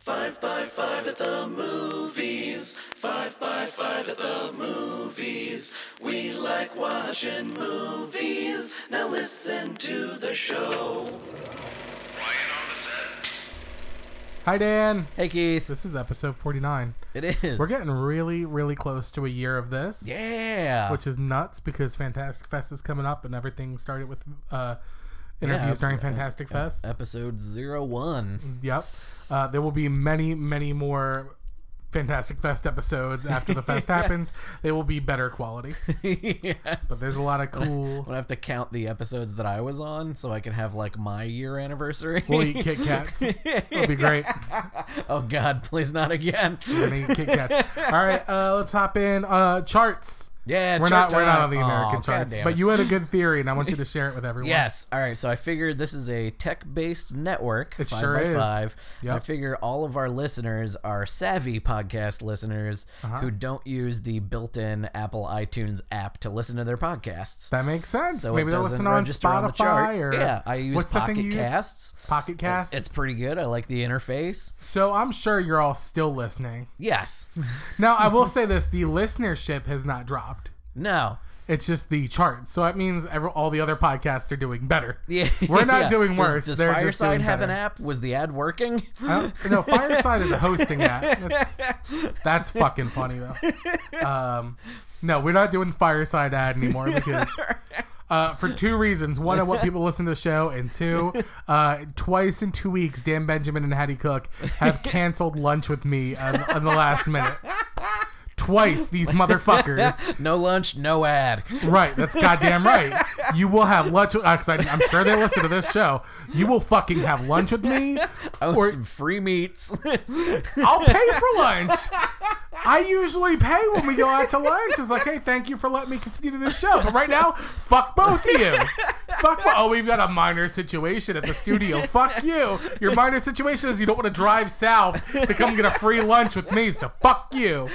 Five by five at the movies. Five by five at the movies. We like watching movies. Now listen to the show. Hi, Dan. Hey Keith, This is episode 49. it is. We're getting really, really close to a year of this. yeah. Which is nuts because Fantastic Fest is coming up and everything started with uh, interviews Yeah, during uh, Fantastic Fest. episode zero one. Yep. Uh, there will be many, many more Fantastic Fest episodes after the fest happens. They will be better quality. yes. Mm-hmm. But there's a lot of I'm cool. gonna have to count the episodes that I was on so I can have like my year anniversary. We'll eat Kit Kats. It'll be great. oh God, please not again. We're gonna eat Kit Kats. All right, uh, let's hop in. Uh, charts. Yeah, We're chart not. We're not time. on the American Aw, charts. goddamn But it. you had a good theory, and I want you to share it with everyone. Yes. All right. So I figured this is a tech-based network. It five sure by is. Five. Yep. I figure all of our listeners are savvy podcast listeners Uh-huh. who don't use the built-in Apple iTunes app to listen to their podcasts. That makes sense. so Maybe it they'll doesn't listen on register Spotify on the chart. or yeah, I use what's the Pocket thing you use? Casts. Pocket It's- Cast. It's, pretty good. I like the interface. so I'm sure you're all still listening. Yes. Now I will say this: the listenership has not dropped. No. It's just the charts. So that means every, all the other podcasts are doing better. Yeah. We're not yeah. doing Does- worse. Does, They're just Fireside doing have an better. Oh. app? Was the ad working? I don't- no, Fireside is a hosting app. That's, that's fucking funny though. Um, no, we're not doing Fireside ad anymore because uh, for two reasons: one, I want people to listen to the show, and two, uh, twice in two weeks, Dan Benjamin and Hattie Cook have canceled lunch with me on, on the last minute. Twice, these motherfuckers. no lunch, no ad. Right, that's goddamn right. You will have lunch because I'm sure they listen to this show. You will fucking have lunch with me, I want or some free meats. I'll pay for lunch. I usually pay when we go out to lunch. It's like, hey, thank you for letting me continue to this show. But right now, fuck both of you. Fuck. Bo- oh, we've got a minor situation at the studio. Fuck you. Your minor situation is you don't want to drive south to come get a free lunch with me. So fuck you.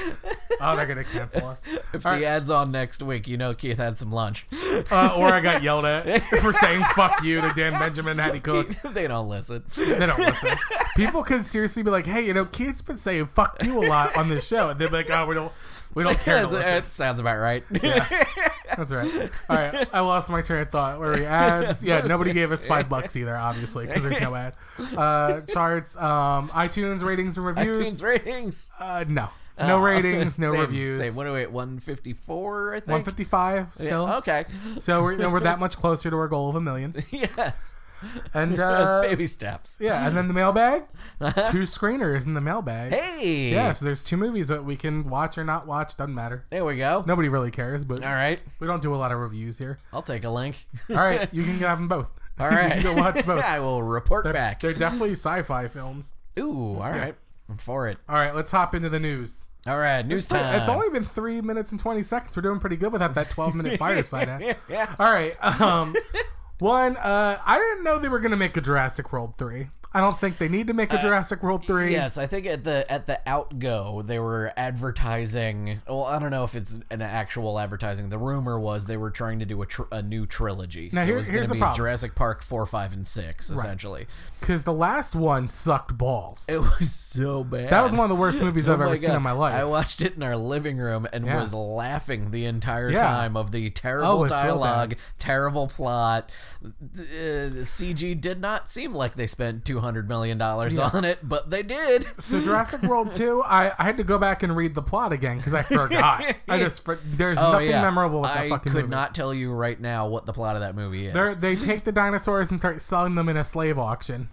Oh, they're gonna cancel us. if All the right. ad's on next week, you know Keith had some lunch. Uh, or I got yelled at for saying fuck you to Dan Benjamin and Hattie Cook. they don't listen. They don't listen. People could seriously be like, "Hey, you know, Keith's been saying fuck you a lot on this show," and they're like, "Oh, we don't, we don't care." To That's- listen. that sounds about right. That's right. All right, I lost my train of thought. Where we ads? Yeah, nobody gave us five bucks either, obviously, because there's no ad. Uh, charts, um, iTunes ratings and reviews. iTunes ratings. Uh, no, no Oh, ratings, no same- reviews. Same. What are we at? 154, I think. One fifty-five still. Yeah, okay. So we're, you know, we're that much closer to our goal of a million. yes. And uh, That's baby steps. Yeah, and then the mailbag. two screeners in the mailbag. Hey. Yeah, so there's two movies that we can watch or not watch. Doesn't matter. There we go. Nobody really cares, but All right. we don't do a lot of reviews here. I'll take a link. All right, you can have them both. All right. you can go watch both. I will report They're, back. they're definitely sci-fi films. Ooh, all right. I'm for it. All right, let's hop into the news. All right, news time. It's only been three minutes and twenty seconds. We're doing pretty good without that twelve-minute fireside. Ad. Yeah. All right. Um, one, uh, I didn't know they were going to make a Jurassic World three. I don't think they need to make a Jurassic World three. Uh, Yes, I think at the at the outgo they were advertising. Well, I don't know if it's an actual advertising. The rumor was they were trying to do a, tr- a new trilogy. Now, so here- it was here's gonna the be problem. Jurassic Park four, five, and six essentially. because the last one sucked balls. It was so bad. That was one of the worst movies I've Oh ever my seen God. in my life. I watched it in our living room and Yeah. was laughing the entire Yeah. time of the terrible Oh, it's real dialogue, terrible plot. Uh, The CG did not seem like they spent two hundred million dollars on it, but they did. so Jurassic World 2, I, I had to go back and read the plot again because I forgot. I just for- there's Oh nothing yeah, memorable with that I fucking could movie. not tell you right now what the plot of that movie is. They're, they take the dinosaurs and start selling them in a slave auction,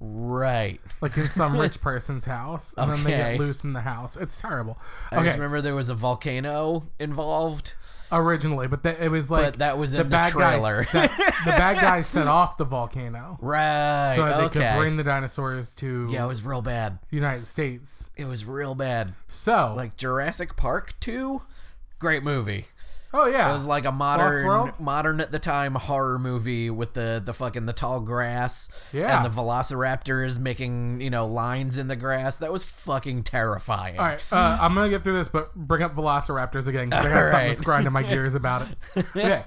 right. like in some rich person's house, and then they Okay. get loose in the house. It's terrible. I Okay, just remember there was a volcano involved. originally, but that it was like that was in the trailer. guy set, the bad guy set off the volcano Right. so that they okay. could bring the dinosaurs to yeah, it was real bad. the United States. It was real bad. So, like Jurassic Park 2, great movie. oh yeah, It was like a modern, Westworld? modern at the time horror movie with the the fucking the tall grass Yeah. and the velociraptors making you know lines in the grass. That was fucking terrifying. All right, uh, I'm gonna get through this, but bring up Velociraptors again because I got something right. that's grinding my gears about it. Okay,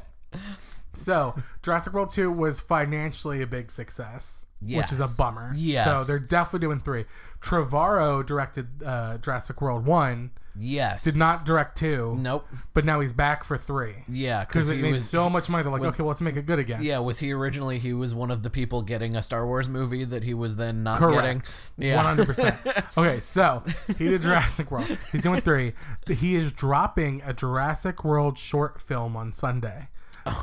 so Jurassic World Two was financially a big success. which is a Yes. bummer. Yes. So they're definitely doing three. Trevorrow directed uh, Jurassic World 1, Yes. did not direct 2, nope. but now he's back for 3. Yeah, Because because it he made was. so much money. They're like, okay, well, let's make it good again. yeah, was he originally? He was one of the people getting a Star Wars movie that he was then not Correct. getting. Yeah. 100%. Okay, so he did Jurassic World. He's doing three. He is dropping a Jurassic World short film on Sunday.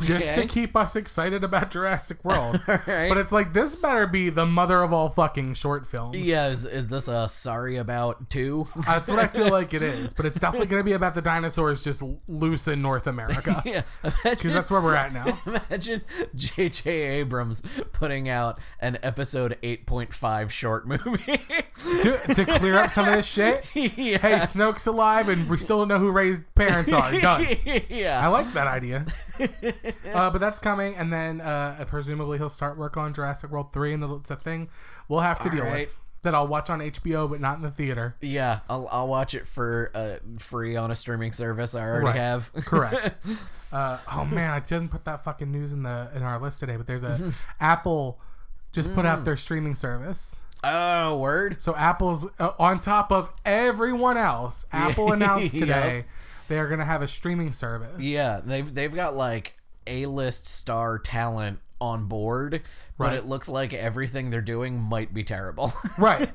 Just to Okay. keep us excited about Jurassic World. Alright. But it's like, this better be the mother of all fucking short films. Yeah, is, is this a sorry about two? That's what I feel like it is. But it's definitely going to be about the dinosaurs just l- loose in North America. yeah, Because imagine, that's where we're at now. imagine J.J. Abrams putting out an episode 8.5 short movie. To, to clear up some of this shit, hey, yes. Snoke's alive and we still don't know who Ray's parents are. Done. I yeah. like that idea. uh, but that's coming, and then uh, presumably he'll start work on Jurassic World 3, and it's a thing we'll have to deal right. with. That I'll watch on HBO, but not in the theater. Yeah, I'll, I'll watch it for uh, free on a streaming service I already Right. have. Correct. uh, oh man, I didn't put that fucking news in the in our list today. But there's a Apple just put Mm. out their streaming service. oh, word? So Apple's uh, on top of everyone else. Apple announced Yep. today they are going to have a streaming service. Yeah, they've, they've got like A list star talent on board, but Right. it looks like everything they're doing might be terrible. Right.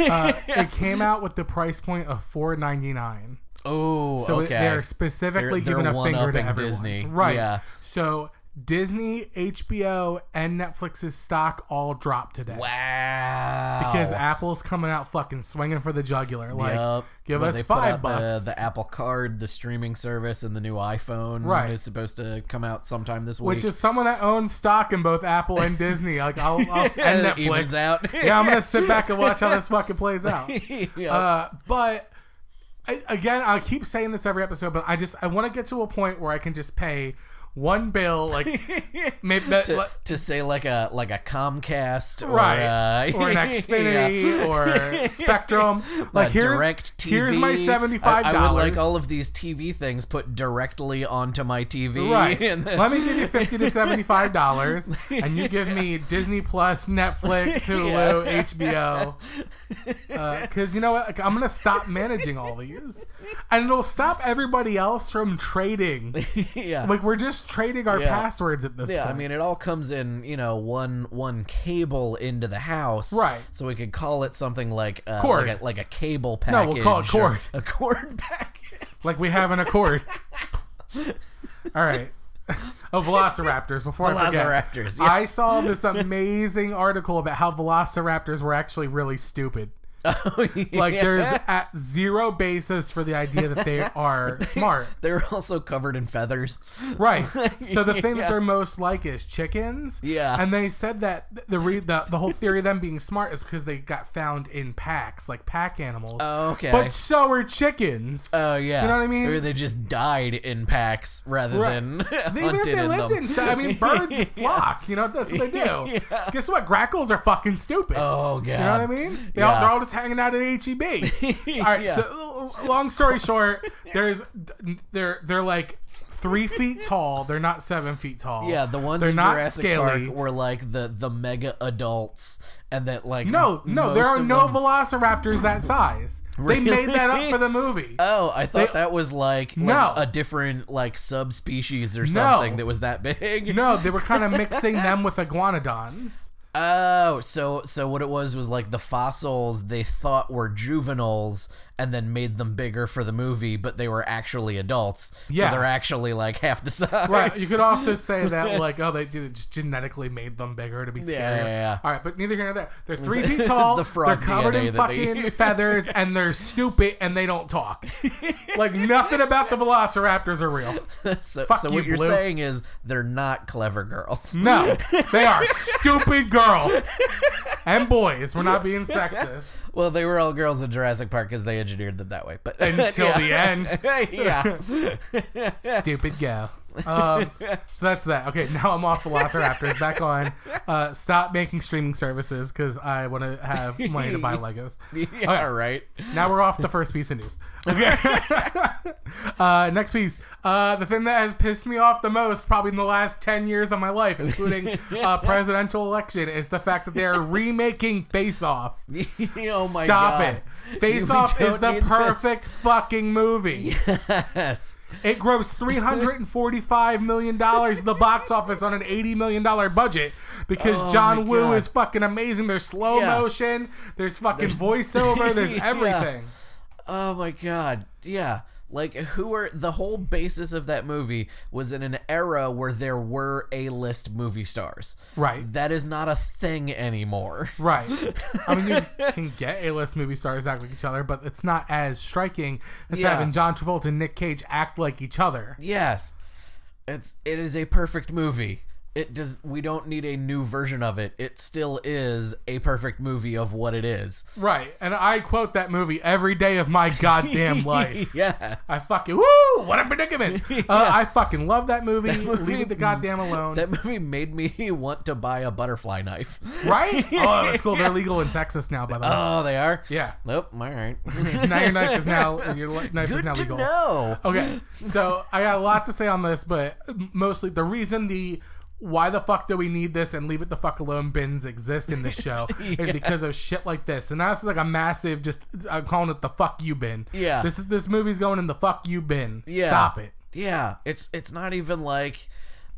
Uh, It came out with the price point of four ninety nine. oh, So okay. they're specifically They're- giving they're a finger to one-upping everyone. Disney. Right. Yeah. So Disney, HBO, and Netflix's stock all dropped today. Wow. Because Apple's coming out fucking swinging for the jugular. Like, Yep. give Well, us they put five out bucks. The, the Apple Card, the streaming service, and the new iPhone Right. is supposed to come out sometime this week. which is someone that owns stock in both Apple and Disney. Like, I'll, I'll and It evens Netflix. out. yeah, I'm gonna sit back and watch how this fucking plays out. Yep. Uh, but I, again, I keep saying this every episode, but I just I want to get to a point where I can just pay one bill, like maybe that, to, like- to say like a like a Comcast right, or, uh, or an yeah. Xfinity or Spectrum. Like A here's direct TV. here's my seventy five I, dollars. I would like all of these TV things put directly onto my TV. Right. And then, Let me give you fifty to seventy five dollars, and you give me Disney Plus, Netflix, Hulu, HBO. Because Uh, you know what? Like, I'm gonna stop managing all these, and it'll stop everybody else from trading. yeah. Like we're just trading our Yeah. passwords at this Yeah, point. I mean, it all comes in, you know, one one cable into the house, Right. So we could call it something like uh, Cord. like a, like a cable No, package. we'll call it or cord. A cord package. like we have an accord. all right. Oh, Velociraptors! Before I forget, Velociraptors, yes. I saw this amazing article about how Velociraptors were actually really stupid. Oh, Like yeah. there's at zero basis for the idea that they are smart. they're also covered in feathers. Right. So the thing Yeah. that they're most like is chickens. Yeah. And they said that th- the re- the, the whole theory of them being smart is because they got found in packs, like pack animals. Oh, okay. But so are chickens. Oh yeah, You know what I mean? Or they just died in packs rather Right. than They- Even if hunted they in lived them. in, chi- I mean, birds flock. You know that's what they do. Guess what? Grackles are fucking stupid. oh god, You know what I mean? They all, Yeah. they're all just hanging out at E HEB. all right. Yeah. So, l- long story short, there's they're they're like three feet tall. They're not seven feet tall. Yeah, the ones they're in not Jurassic scaly. Park were like the the mega adults, and that like No, no, there most are of no them- velociraptors that size. They made that up for the movie. Oh, I thought that was like, like, No. a different like subspecies or something that was that big. No, they were kind of mixing them with iguanodons. Oh, so so what it was was like the fossils they thought were juveniles and then made them bigger for the movie, but they were actually adults. Yeah. So they're actually like half the size. Right. You could also say that, like, oh, they did- just genetically made them bigger to be scarier. yeah, yeah. All right, but neither here nor there. They're three it feet was tall. the they're frog covered DNA in that they fucking used. feathers, and they're stupid, and they don't talk. like nothing about the velociraptors are real. so Fuck so you, what you're Blue. saying is they're not clever girls. No, they are stupid girls and boys. We're not being sexist. Well, they were all girls in Jurassic Park because they engineered them that way. But Until the yeah. yeah. Stupid girl. Um, so that's that. Okay, now I'm off Velociraptors. Back on. Uh, stop making streaming services because I want to have money to buy Legos. yeah, all right. Now we're off the first piece of news. Okay. uh, next piece. Uh, the thing that has pissed me off the most, probably in the last 10 years of my life, including uh, presidential election, is the fact that they're remaking Face Off. oh my Stop god. it. Face Off We is don't the need this. perfect fucking movie. Yes. It grossed $345 million at the box office on an $80 million budget because Oh my John Woo God. is fucking amazing. There's slow Yeah. motion, there's fucking voiceover, there's Yeah. everything. Oh my god. Yeah. Like who are the whole basis of that movie was in an era where there were A-list movie stars. Right. That is not a thing anymore. Right. I mean, you can get A list movie stars act like each other, but it's not as striking as Yeah. having John Travolta and Nick Cage act like each other. Yes. It's it is a perfect movie. It does we don't need a new version of it. It still is a perfect movie of what it is. Right. And I quote that movie every day of my goddamn life. yes. I fucking woo! What a predicament! Uh, I fucking love that movie. Leave it the goddamn alone. that movie made me want to buy a butterfly knife. right? Oh, that's cool. They're legal in Texas now, by the way. Oh, they are? yeah. Nope, all right. Now your knife is now your li- knife is Good now to legal. know. Okay, so I got a lot to say on this, but mostly the reason the why the fuck do we need this and leave it the fuck alone bins exist in this show is because of shit like this. And that's like a massive just I'm calling it the fuck you bin. Yeah. This is this movie's going in the fuck you bin. Yeah. Stop it. Yeah, it's it's not even like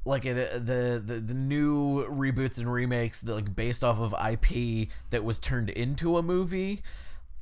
like it, uh, the, the the new reboots and remakes that like based off of IP that was turned into a movie.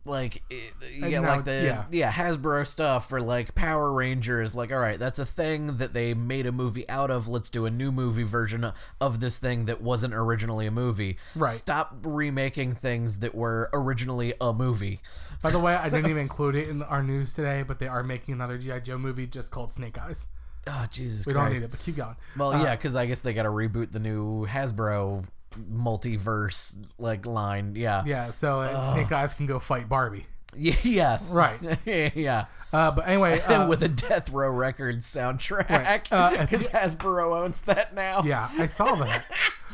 Like it, yeah, now- like the yeah. yeah. Hasbro stuff for like Power Rangers. Like, all right, that's a thing that they made a movie out of. Let's do a new movie version of this thing that wasn't originally a movie. Right. Stop remaking things that were originally a movie. By the way, I didn't even include it in our news today, but they are making another GI Joe movie just called Snake Eyes. Oh Jesus We don't Christ! need it, but keep going. Well, yeah, 'cause yeah, because I guess they got to reboot the new Hasbro multiverse like line. Yeah. Yeah, so uh, Snake Eyes can go fight Barbie. Y- yes. Right. yeah. Uh, but anyway, uh, With a Death Row Records soundtrack, Right. because Uh, Hasbro owns that now. Yeah, I saw that.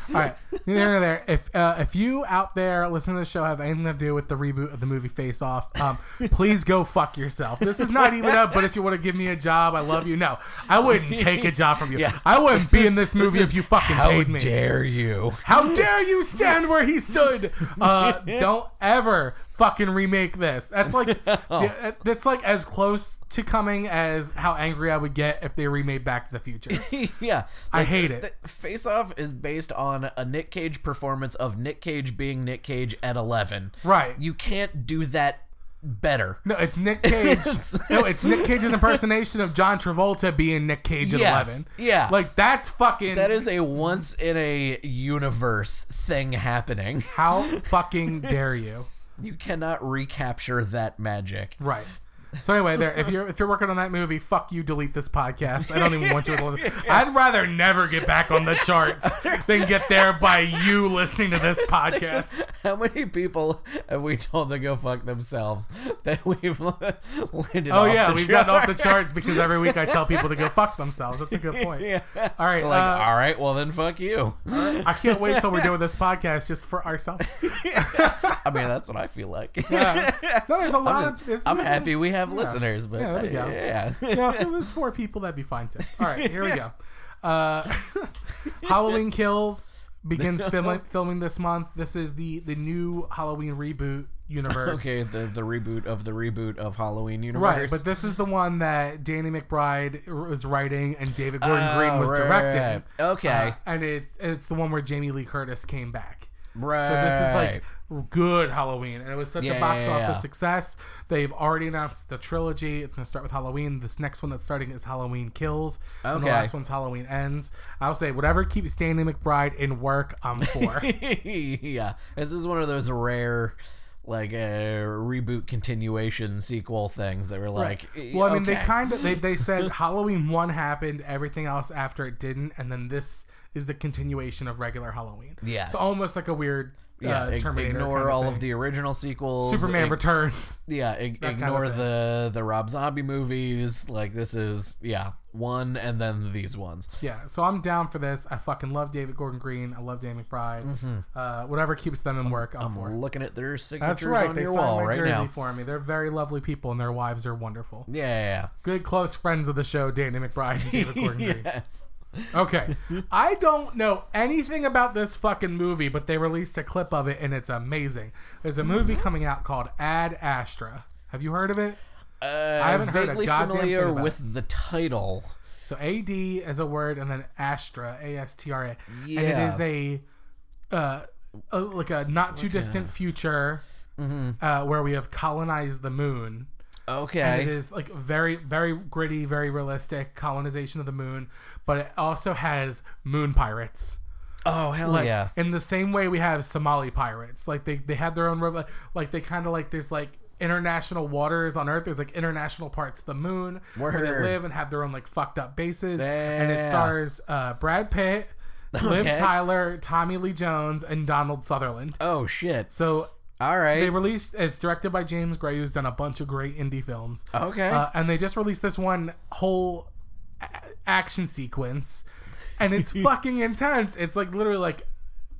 All right, neither here nor there. If uh, if you out there listening to the show have anything to do with the reboot of the movie Face Off, um, please go fuck yourself. This is not even up. But if you want to give me a job, I love you. No, I wouldn't take a job from you. Yeah. I wouldn't be is- in this movie is if you fucking How paid me. dare you? How dare you stand where he stood? Uh, don't ever fucking remake this. That's like Oh. yeah, that's like as close to coming as how angry I would get if they remade Back to the Future. yeah. I hate it. Face Off is based on a Nick Cage performance of Nick Cage being Nick Cage at 11. Right. You can't do that better. No, it's Nick Cage. It's- no, it's Nick Cage's impersonation of John Travolta being Nick Cage at Yes, eleven. yeah. like that's fucking. That is a once in a universe thing happening. how fucking dare you? You cannot recapture that magic. Right. So anyway, there. If you're if you're working on that movie, fuck you. Delete this podcast. I don't even want you. To, I'd rather never get back on the charts than get there by you listening to this podcast. How many people have we told to go fuck themselves that we've landed? Oh yeah, we've gotten off the chart? charts because every week I tell people to go fuck themselves. That's a good point. Yeah. All right. Like, uh, all right, well then, fuck you. I can't wait till we're doing this podcast just for ourselves. I mean, that's what I feel like. Yeah. No, there's a lot I'm, of. just- there's- I'm happy we have listeners, but Yeah, there we go. yeah. yeah, if it was four people, that'd be fine too. All right, here we go. Uh, Halloween Kills begins filming, filming this month. This is the the new Halloween reboot universe. okay, the the reboot of the reboot of Halloween universe. Right, but this is the one that Danny McBride was writing and David Gordon Green Oh, was right, directing. right, right. Okay. Uh, and it, it's the one where Jamie Lee Curtis came back. right. So this is like good Halloween, and it was such a Yeah, box yeah, office yeah. success. They've already announced the trilogy. It's going to start with Halloween. This next one that's starting is Halloween Kills, and the Okay. last one's Halloween Ends. I'll say whatever keeps Danny McBride in work, I'm for. yeah, this is one of those rare, like uh, reboot, continuation, sequel things that were like. well, I mean, they okay. kind of they they said Halloween one happened, everything else after it didn't, and then this is the continuation of regular Halloween. Yes. so almost like a weird yeah, uh, ig- Terminator ignore kind of all thing. of the original sequels. Superman ig- Returns. yeah, ig- kind of ignore thing. the the Rob Zombie movies. Like this is yeah one, and then these ones. Yeah, so I'm down for this. I fucking love David Gordon Green. I love Dan McBride. Mm-hmm. Uh, whatever keeps them in work, I'm, for. We're it. looking at their signatures That's right. on They your signed wall my right jersey now. for me. They're very lovely people, and their wives are wonderful. Yeah, yeah, Good close friends of the show, Danny McBride and David Gordon yeah. Green. yes. Okay, I don't know anything about this fucking movie, but they released a clip of it, and it's amazing. There's a movie Mm-hmm. coming out called Ad Astra. Have you heard of it? Uh, I haven't heard a vaguely goddamn thing familiar about with the title. So AD as a word, and then Astra, A S T R A, and it Yeah. is a, uh, a like a not too distant future, uh, where we have colonized the moon. And it Okay. is like very, very gritty, very realistic colonization of the moon, but it also has moon pirates. Oh hell Like, yeah. In the same way we have Somali pirates, like they they have their own rev- like they kind of like there's like international waters on Earth. There's like international parts of the moon where Word. they live and have their own like fucked up bases. And it Yeah. stars uh, Brad Pitt, Okay. Liv Tyler, Tommy Lee Jones, and Donald Sutherland. Oh shit. So All they right. released. It's directed by James Gray, who's done a bunch of great indie films. Okay. Uh, and they just released this one whole a- action sequence, and it's fucking intense. It's like literally like,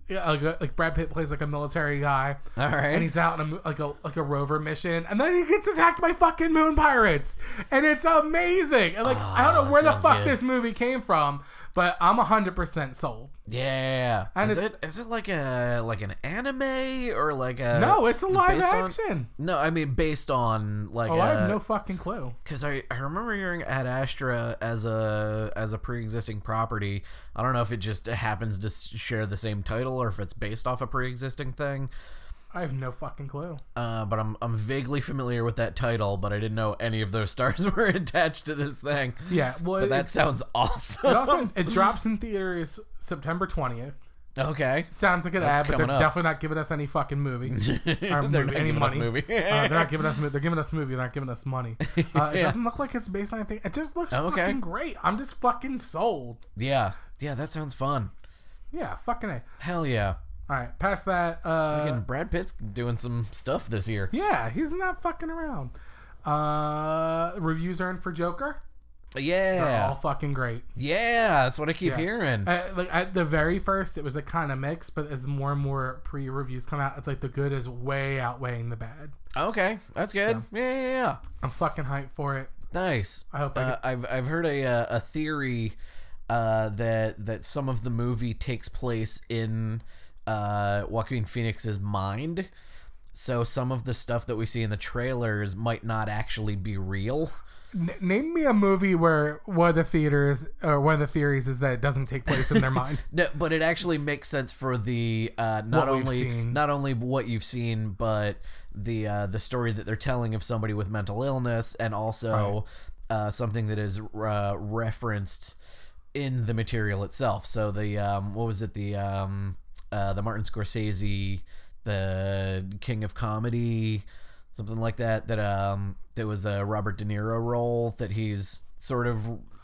yeah, like, a- like Brad Pitt plays like a military guy, All right. and he's out on a, mo- like a like a rover mission, and then he gets attacked by fucking moon pirates, and it's amazing. And like I don't Ah, know where the sounds fuck good. this movie came from, but I'm hundred percent sold. yeah. And is it's- it is it like a like an anime or like a no, it's a live Uh, based on- action. no, I mean based on like Oh, I have a- no fucking clue. because I, I remember hearing Ad Astra as a as a pre-existing property. I don't know if it just happens to s- share the same title or if it's based off a pre-existing thing. I have no fucking clue. Uh, but I'm I'm vaguely familiar with that title, but I didn't know any of those stars were attached to this thing. Yeah, well, but it- that sounds awesome. It also it drops in theaters September twentieth. okay, Sounds like an That's ad, but coming they're up. definitely not giving us any fucking movie. Or They're movie, not any giving us money. movie. uh, they're not giving us. mo- They're giving us movie. They're not giving us money. Uh, it Yeah. doesn't look like it's based on anything. It just looks Okay. fucking great. I'm just fucking sold. yeah, yeah, that sounds fun. Yeah, fucking a. Hell yeah. All right, past that. Uh, Fucking Brad Pitt's doing some stuff this year. yeah, he's not fucking around. Uh, reviews are in for Joker. They're all Yeah, fucking great. yeah, that's what I keep hearing. Uh, like at the very first, it was a kind of mix, but as more and more pre-reviews come out, it's like the good is way outweighing the bad. Okay, that's good. Yeah, yeah, yeah. I'm fucking hyped for it. Nice. I hope I Uh, get- I've I've heard a uh, a theory uh, that that some of the movie takes place in uh, Joaquin Phoenix's mind, so some of the stuff that we see in the trailers might not actually be real. N- name me a movie where one of the theaters or one of the theories is that it doesn't take place in their mind. No, but it actually makes sense for the uh, not What we've only seen. not only what you've seen, but the uh, the story that they're telling of somebody with mental illness, and also uh, something that is uh, referenced in the material itself. So the um, what was it the um, uh, the Martin Scorsese, the King of Comedy, something like that. That um, that was the Robert De Niro role that he's sort of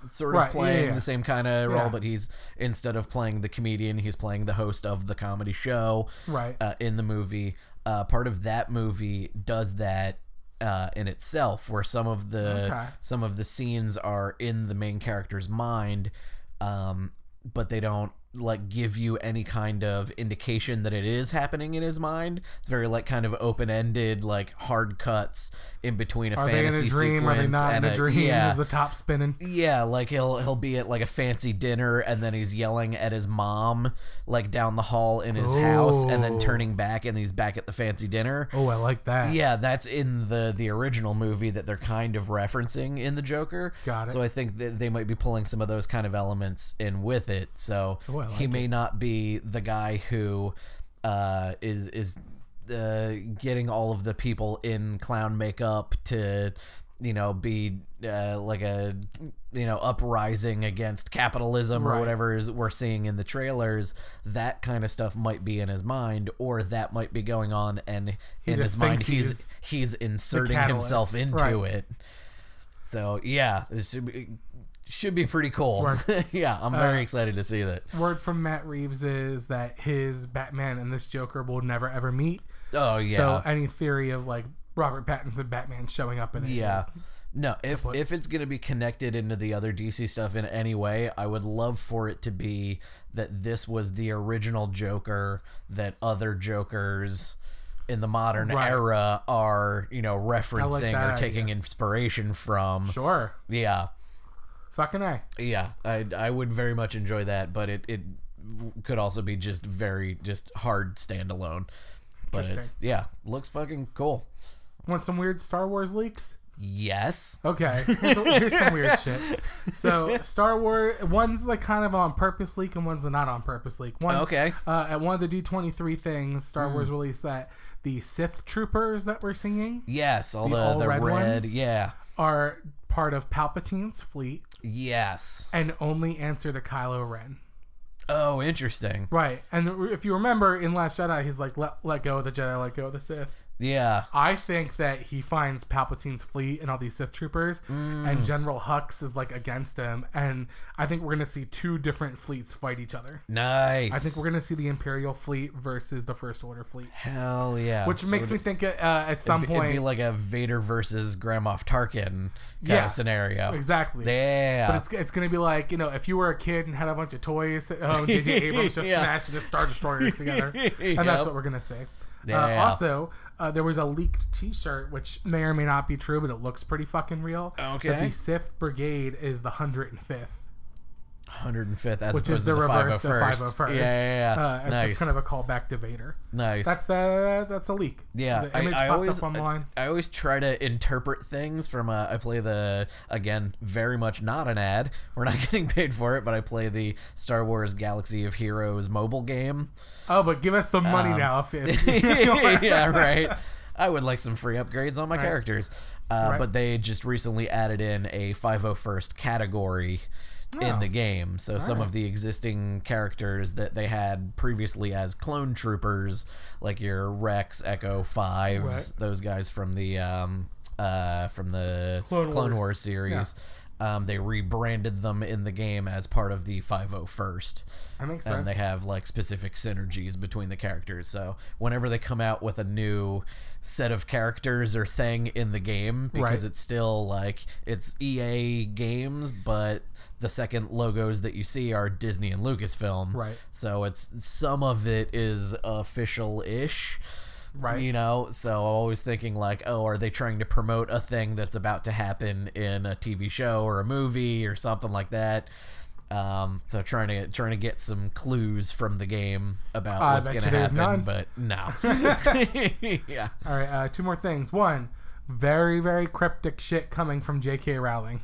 sort of Right, yeah, playing yeah. the same kind of Yeah. role, but he's instead of playing the comedian, he's playing the host of the comedy show Right. uh, in the movie. Uh, part of that movie does that uh, in itself, where some of the Okay. some of the scenes are in the main character's mind, um, but they don't like give you any kind of indication that it is happening in his mind. It's very like kind of open ended, like hard cuts in between a Are they in fantasy a dream? Are sequence they not in and a dream? Yeah, Is the top spinning? yeah, like he'll he'll be at like a fancy dinner and then he's yelling at his mom like down the hall in his house and then Oh. turning back and he's back at the fancy dinner. Oh, I like that. Yeah, that's in the the original movie that they're kind of referencing in the Joker. Got it. So I think that they might be pulling some of those kind of elements in with it. So Oh, I like he may not be the guy who uh, is is uh, getting all of the people in clown makeup to you know be uh, like a you know uprising against capitalism or Right. whatever is we're seeing in the trailers that kind of stuff might be in his mind or that might be going on and in just his mind thinks he's he's inserting catalyst. himself into Right. it so yeah this should be- Should be pretty cool. Word. yeah, Uh, I'm very excited to see that. Word from Matt Reeves is that his Batman and this Joker will never ever meet. Oh yeah, So any theory of like Robert Pattinson Batman showing up in it yeah. is- No, if if it's gonna be connected into the other DC stuff in any way, I would love for it to be that this was the original Joker that other Jokers in the modern Right. era are you know referencing that or taking inspiration from. sure. Yeah, Fucking A. yeah, I I would very much enjoy that, but it it could also be just very just hard standalone. But it's yeah, looks fucking cool. Want some weird Star Wars leaks? Yes. Okay, here's, here's some weird shit. So Star Wars, one's like kind of on purpose leak, and one's a not on purpose leak. One, Okay. Uh, at one of the D twenty three things, Star Hmm. Wars released that the Sith troopers that we're seeing Yes, all The the, all the red red, ones? yeah. are part of Palpatine's fleet Yes. and only answer to Kylo Ren. Oh, interesting. Right, and if you remember in Last Jedi, he's like, "Let let go of the Jedi, let go of the Sith." Yeah. I think that he finds Palpatine's fleet and all these Sith troopers, Hmm. and General Hux is like against him. And I think we're gonna see two different fleets fight each other. Nice. I think we're gonna see the Imperial fleet versus the First Order fleet, Hell yeah. which So makes it'd- me think uh, at some it'd, point, be like a Vader versus Grand Moff Tarkin kind Yeah. of scenario. exactly. Yeah. But it's, it's gonna be like you know if you were a kid and had a bunch of toys at home, JJ Abrams just Yeah. smashing the Star Destroyers together, and that's Yep. what we're gonna see. Uh, Yeah. also, uh, there was a leaked T-shirt, which may or may not be true, but it looks pretty fucking real. That Okay. the Sith Brigade is the hundred and fifth, 105th as which opposed is the to the reverse the 501st. five oh first. Yeah, yeah, yeah. Uh, it's nice. just kind of a callback to Vader. nice. That's the that's a leak. Yeah, the image I, I popped always, uh, up online. I, I always try to interpret things from. Uh, I play the again very much not an ad. We're not getting paid for it, but I play the Star Wars Galaxy of Heroes mobile game. oh, but give us some money um, now. If, if yeah, right. I would like some free upgrades on my characters, uh, Right. but they just recently added in a 501st category. In the game, so some of the existing characters that they had previously as clone troopers, like your Rex, Echo, Fives, Right. those guys from the um, uh, from the Clone Clone, Wars. Wars. series, um, they rebranded them in the game as part of the 501st that makes sense. and they have like specific synergies between the characters. So whenever they come out with a new set of characters or thing in the game, because Right. it's still like it's EA games, but the second logos that you see are Disney and Lucasfilm. Right. So it's some of it is official ish. Right. You know, so I'm always thinking like, oh, are they trying to promote a thing that's about to happen in a TV show or a movie or something like that? Um, so trying to trying to get some clues from the game about I what's bet going you to there's none. happen, but no. yeah. All right, uh, two more things. One, very very cryptic shit coming from J.K. Rowling.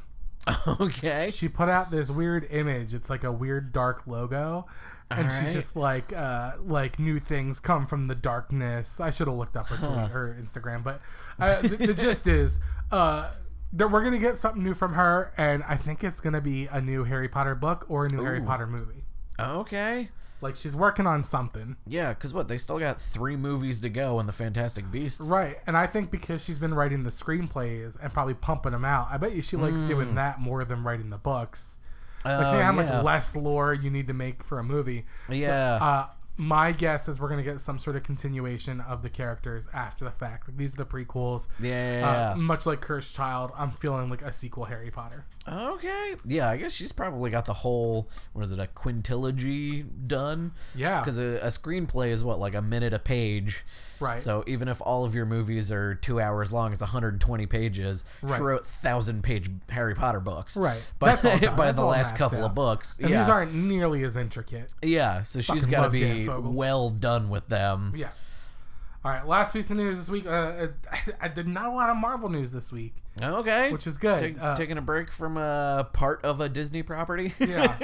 Okay. she put out this weird image. It's like a weird dark logo, and she's Alright. just like, uh, like new things come from the darkness. I should have looked up her tweet, her Instagram, but uh, the, the gist is uh, that we're gonna get something new from her, and I think it's gonna be a new Harry Potter book or a new Harry Ooh. Potter movie. Okay. Like she's working on something, Yeah, because what they still got three movies to go in the Fantastic Beasts. right? And I think because she's been writing the screenplays and probably pumping them out, I bet you she likes doing that more than writing the books. Mm. Oh, Like, think how much yeah. less lore you need to make for a movie. Yeah. Uh, my guess is we're gonna get some sort of continuation of the characters after the fact. Like these are the prequels. yeah. Uh, much like Cursed Child, I'm feeling like a sequel Harry Potter. Okay. Yeah, I guess she's probably got the whole what is it a quintilogy done? Yeah. Because a, a screenplay is what like a minute a page. Right. So even if all of your movies are two hours long, it's 120 pages. Right. She wrote thousand page Harry Potter books. Right. By, That's all done. by That's the all last mapped couple out. of books. And yeah. these aren't nearly as intricate. yeah. So she's Fucking got to love Dan be Fogel. well done with them. Yeah. All right. Last piece of news this week. Uh, uh, I did not a lot of Marvel news this week, Okay. which is good. Ta- Uh, taking a break from a part of a Disney property. Yeah.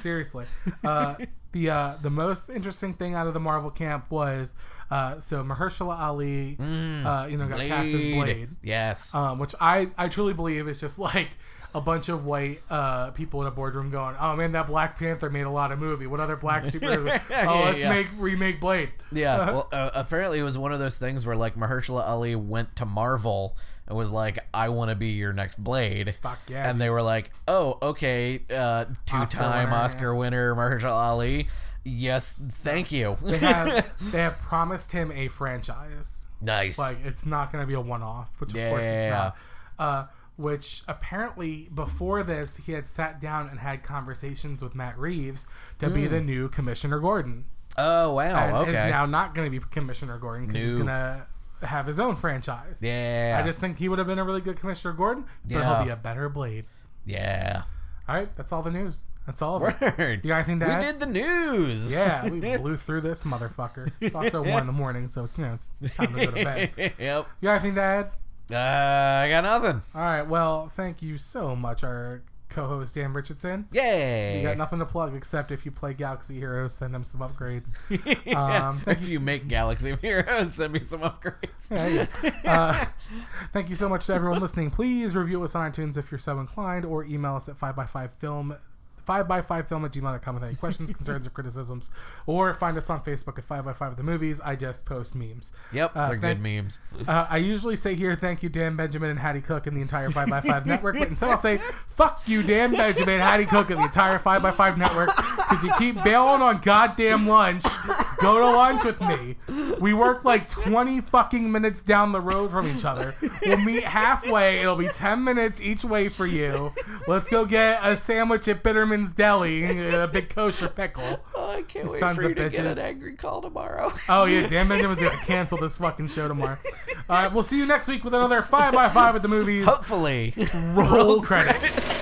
Seriously, uh, the uh, the most interesting thing out of the Marvel camp was uh, so Mahershala Ali, Mm, uh, you know, got cast as Blade, Yes. um, which I I truly believe is just like a bunch of white uh, people in a boardroom going, "Oh man, that Black Panther made a lot of movie. What other black superhero? oh, Yeah, let's yeah. make remake Blade." Yeah, well, uh, apparently it was one of those things where like Mahershala Ali went to Marvel and was like, "I want to be your next Blade." Fuck yeah, And they were like, "Oh, okay, uh, two-time winner, Oscar winner, Mahershala Ali. Yes, thank you. They have, they have promised him a franchise. nice. Like it's not going to be a one-off, which of course it's Yeah. not. Uh, which apparently before this, he had sat down and had conversations with Matt Reeves to be the new Commissioner Gordon, Hmm. oh and wow. is okay. now not going to be Commissioner Gordon because he's New. going to have his own franchise. yeah. I just think he would have been a really good Commissioner Gordon, but Yeah. he'll be a better Blade. yeah. All right, that's all the news. That's all of it. Word. You got anything to we add? did the news. Yeah, we blew through this motherfucker. It's also one in the morning, so it's you know it's time to go to bed. yep. You got anything to add? Uh, I got nothing. All right. Well, thank you so much, our co-host Dan Richardson. Yay. You got nothing to plug except if you play Galaxy Heroes, send them some upgrades. Um, thank if you make Galaxy of Heroes, send me some upgrades. Yeah, yeah. Uh, thank you so much to everyone listening. Please review us on iTunes if you're so inclined, or email us at 5x5film. 5x5film at gmail.com with any questions, concerns, or criticisms. Or find us on Facebook at 5x5 the movies. I just post memes. Yep, Uh, they're thank- good memes. Uh, I usually say here, thank you, Dan Benjamin and Hattie Cook and the entire 5x5 network, but instead I'll say, fuck you, Dan Benjamin, Hattie Cook, and the entire 5x5 network, because you keep bailing on goddamn lunch. Go to lunch with me. We work like 20 fucking minutes down the road from each other. We'll meet halfway. It'll be 10 minutes each way for you. Let's go get a sandwich at Bitterman's Deli and a big kosher pickle. Oh, I can't wait sons for you of to get bitches. an angry call tomorrow. Oh yeah, Dan Benjamin's gonna cancel this fucking show tomorrow. All right, we'll see you next week with another five by five at the movies. Hopefully. Roll credits.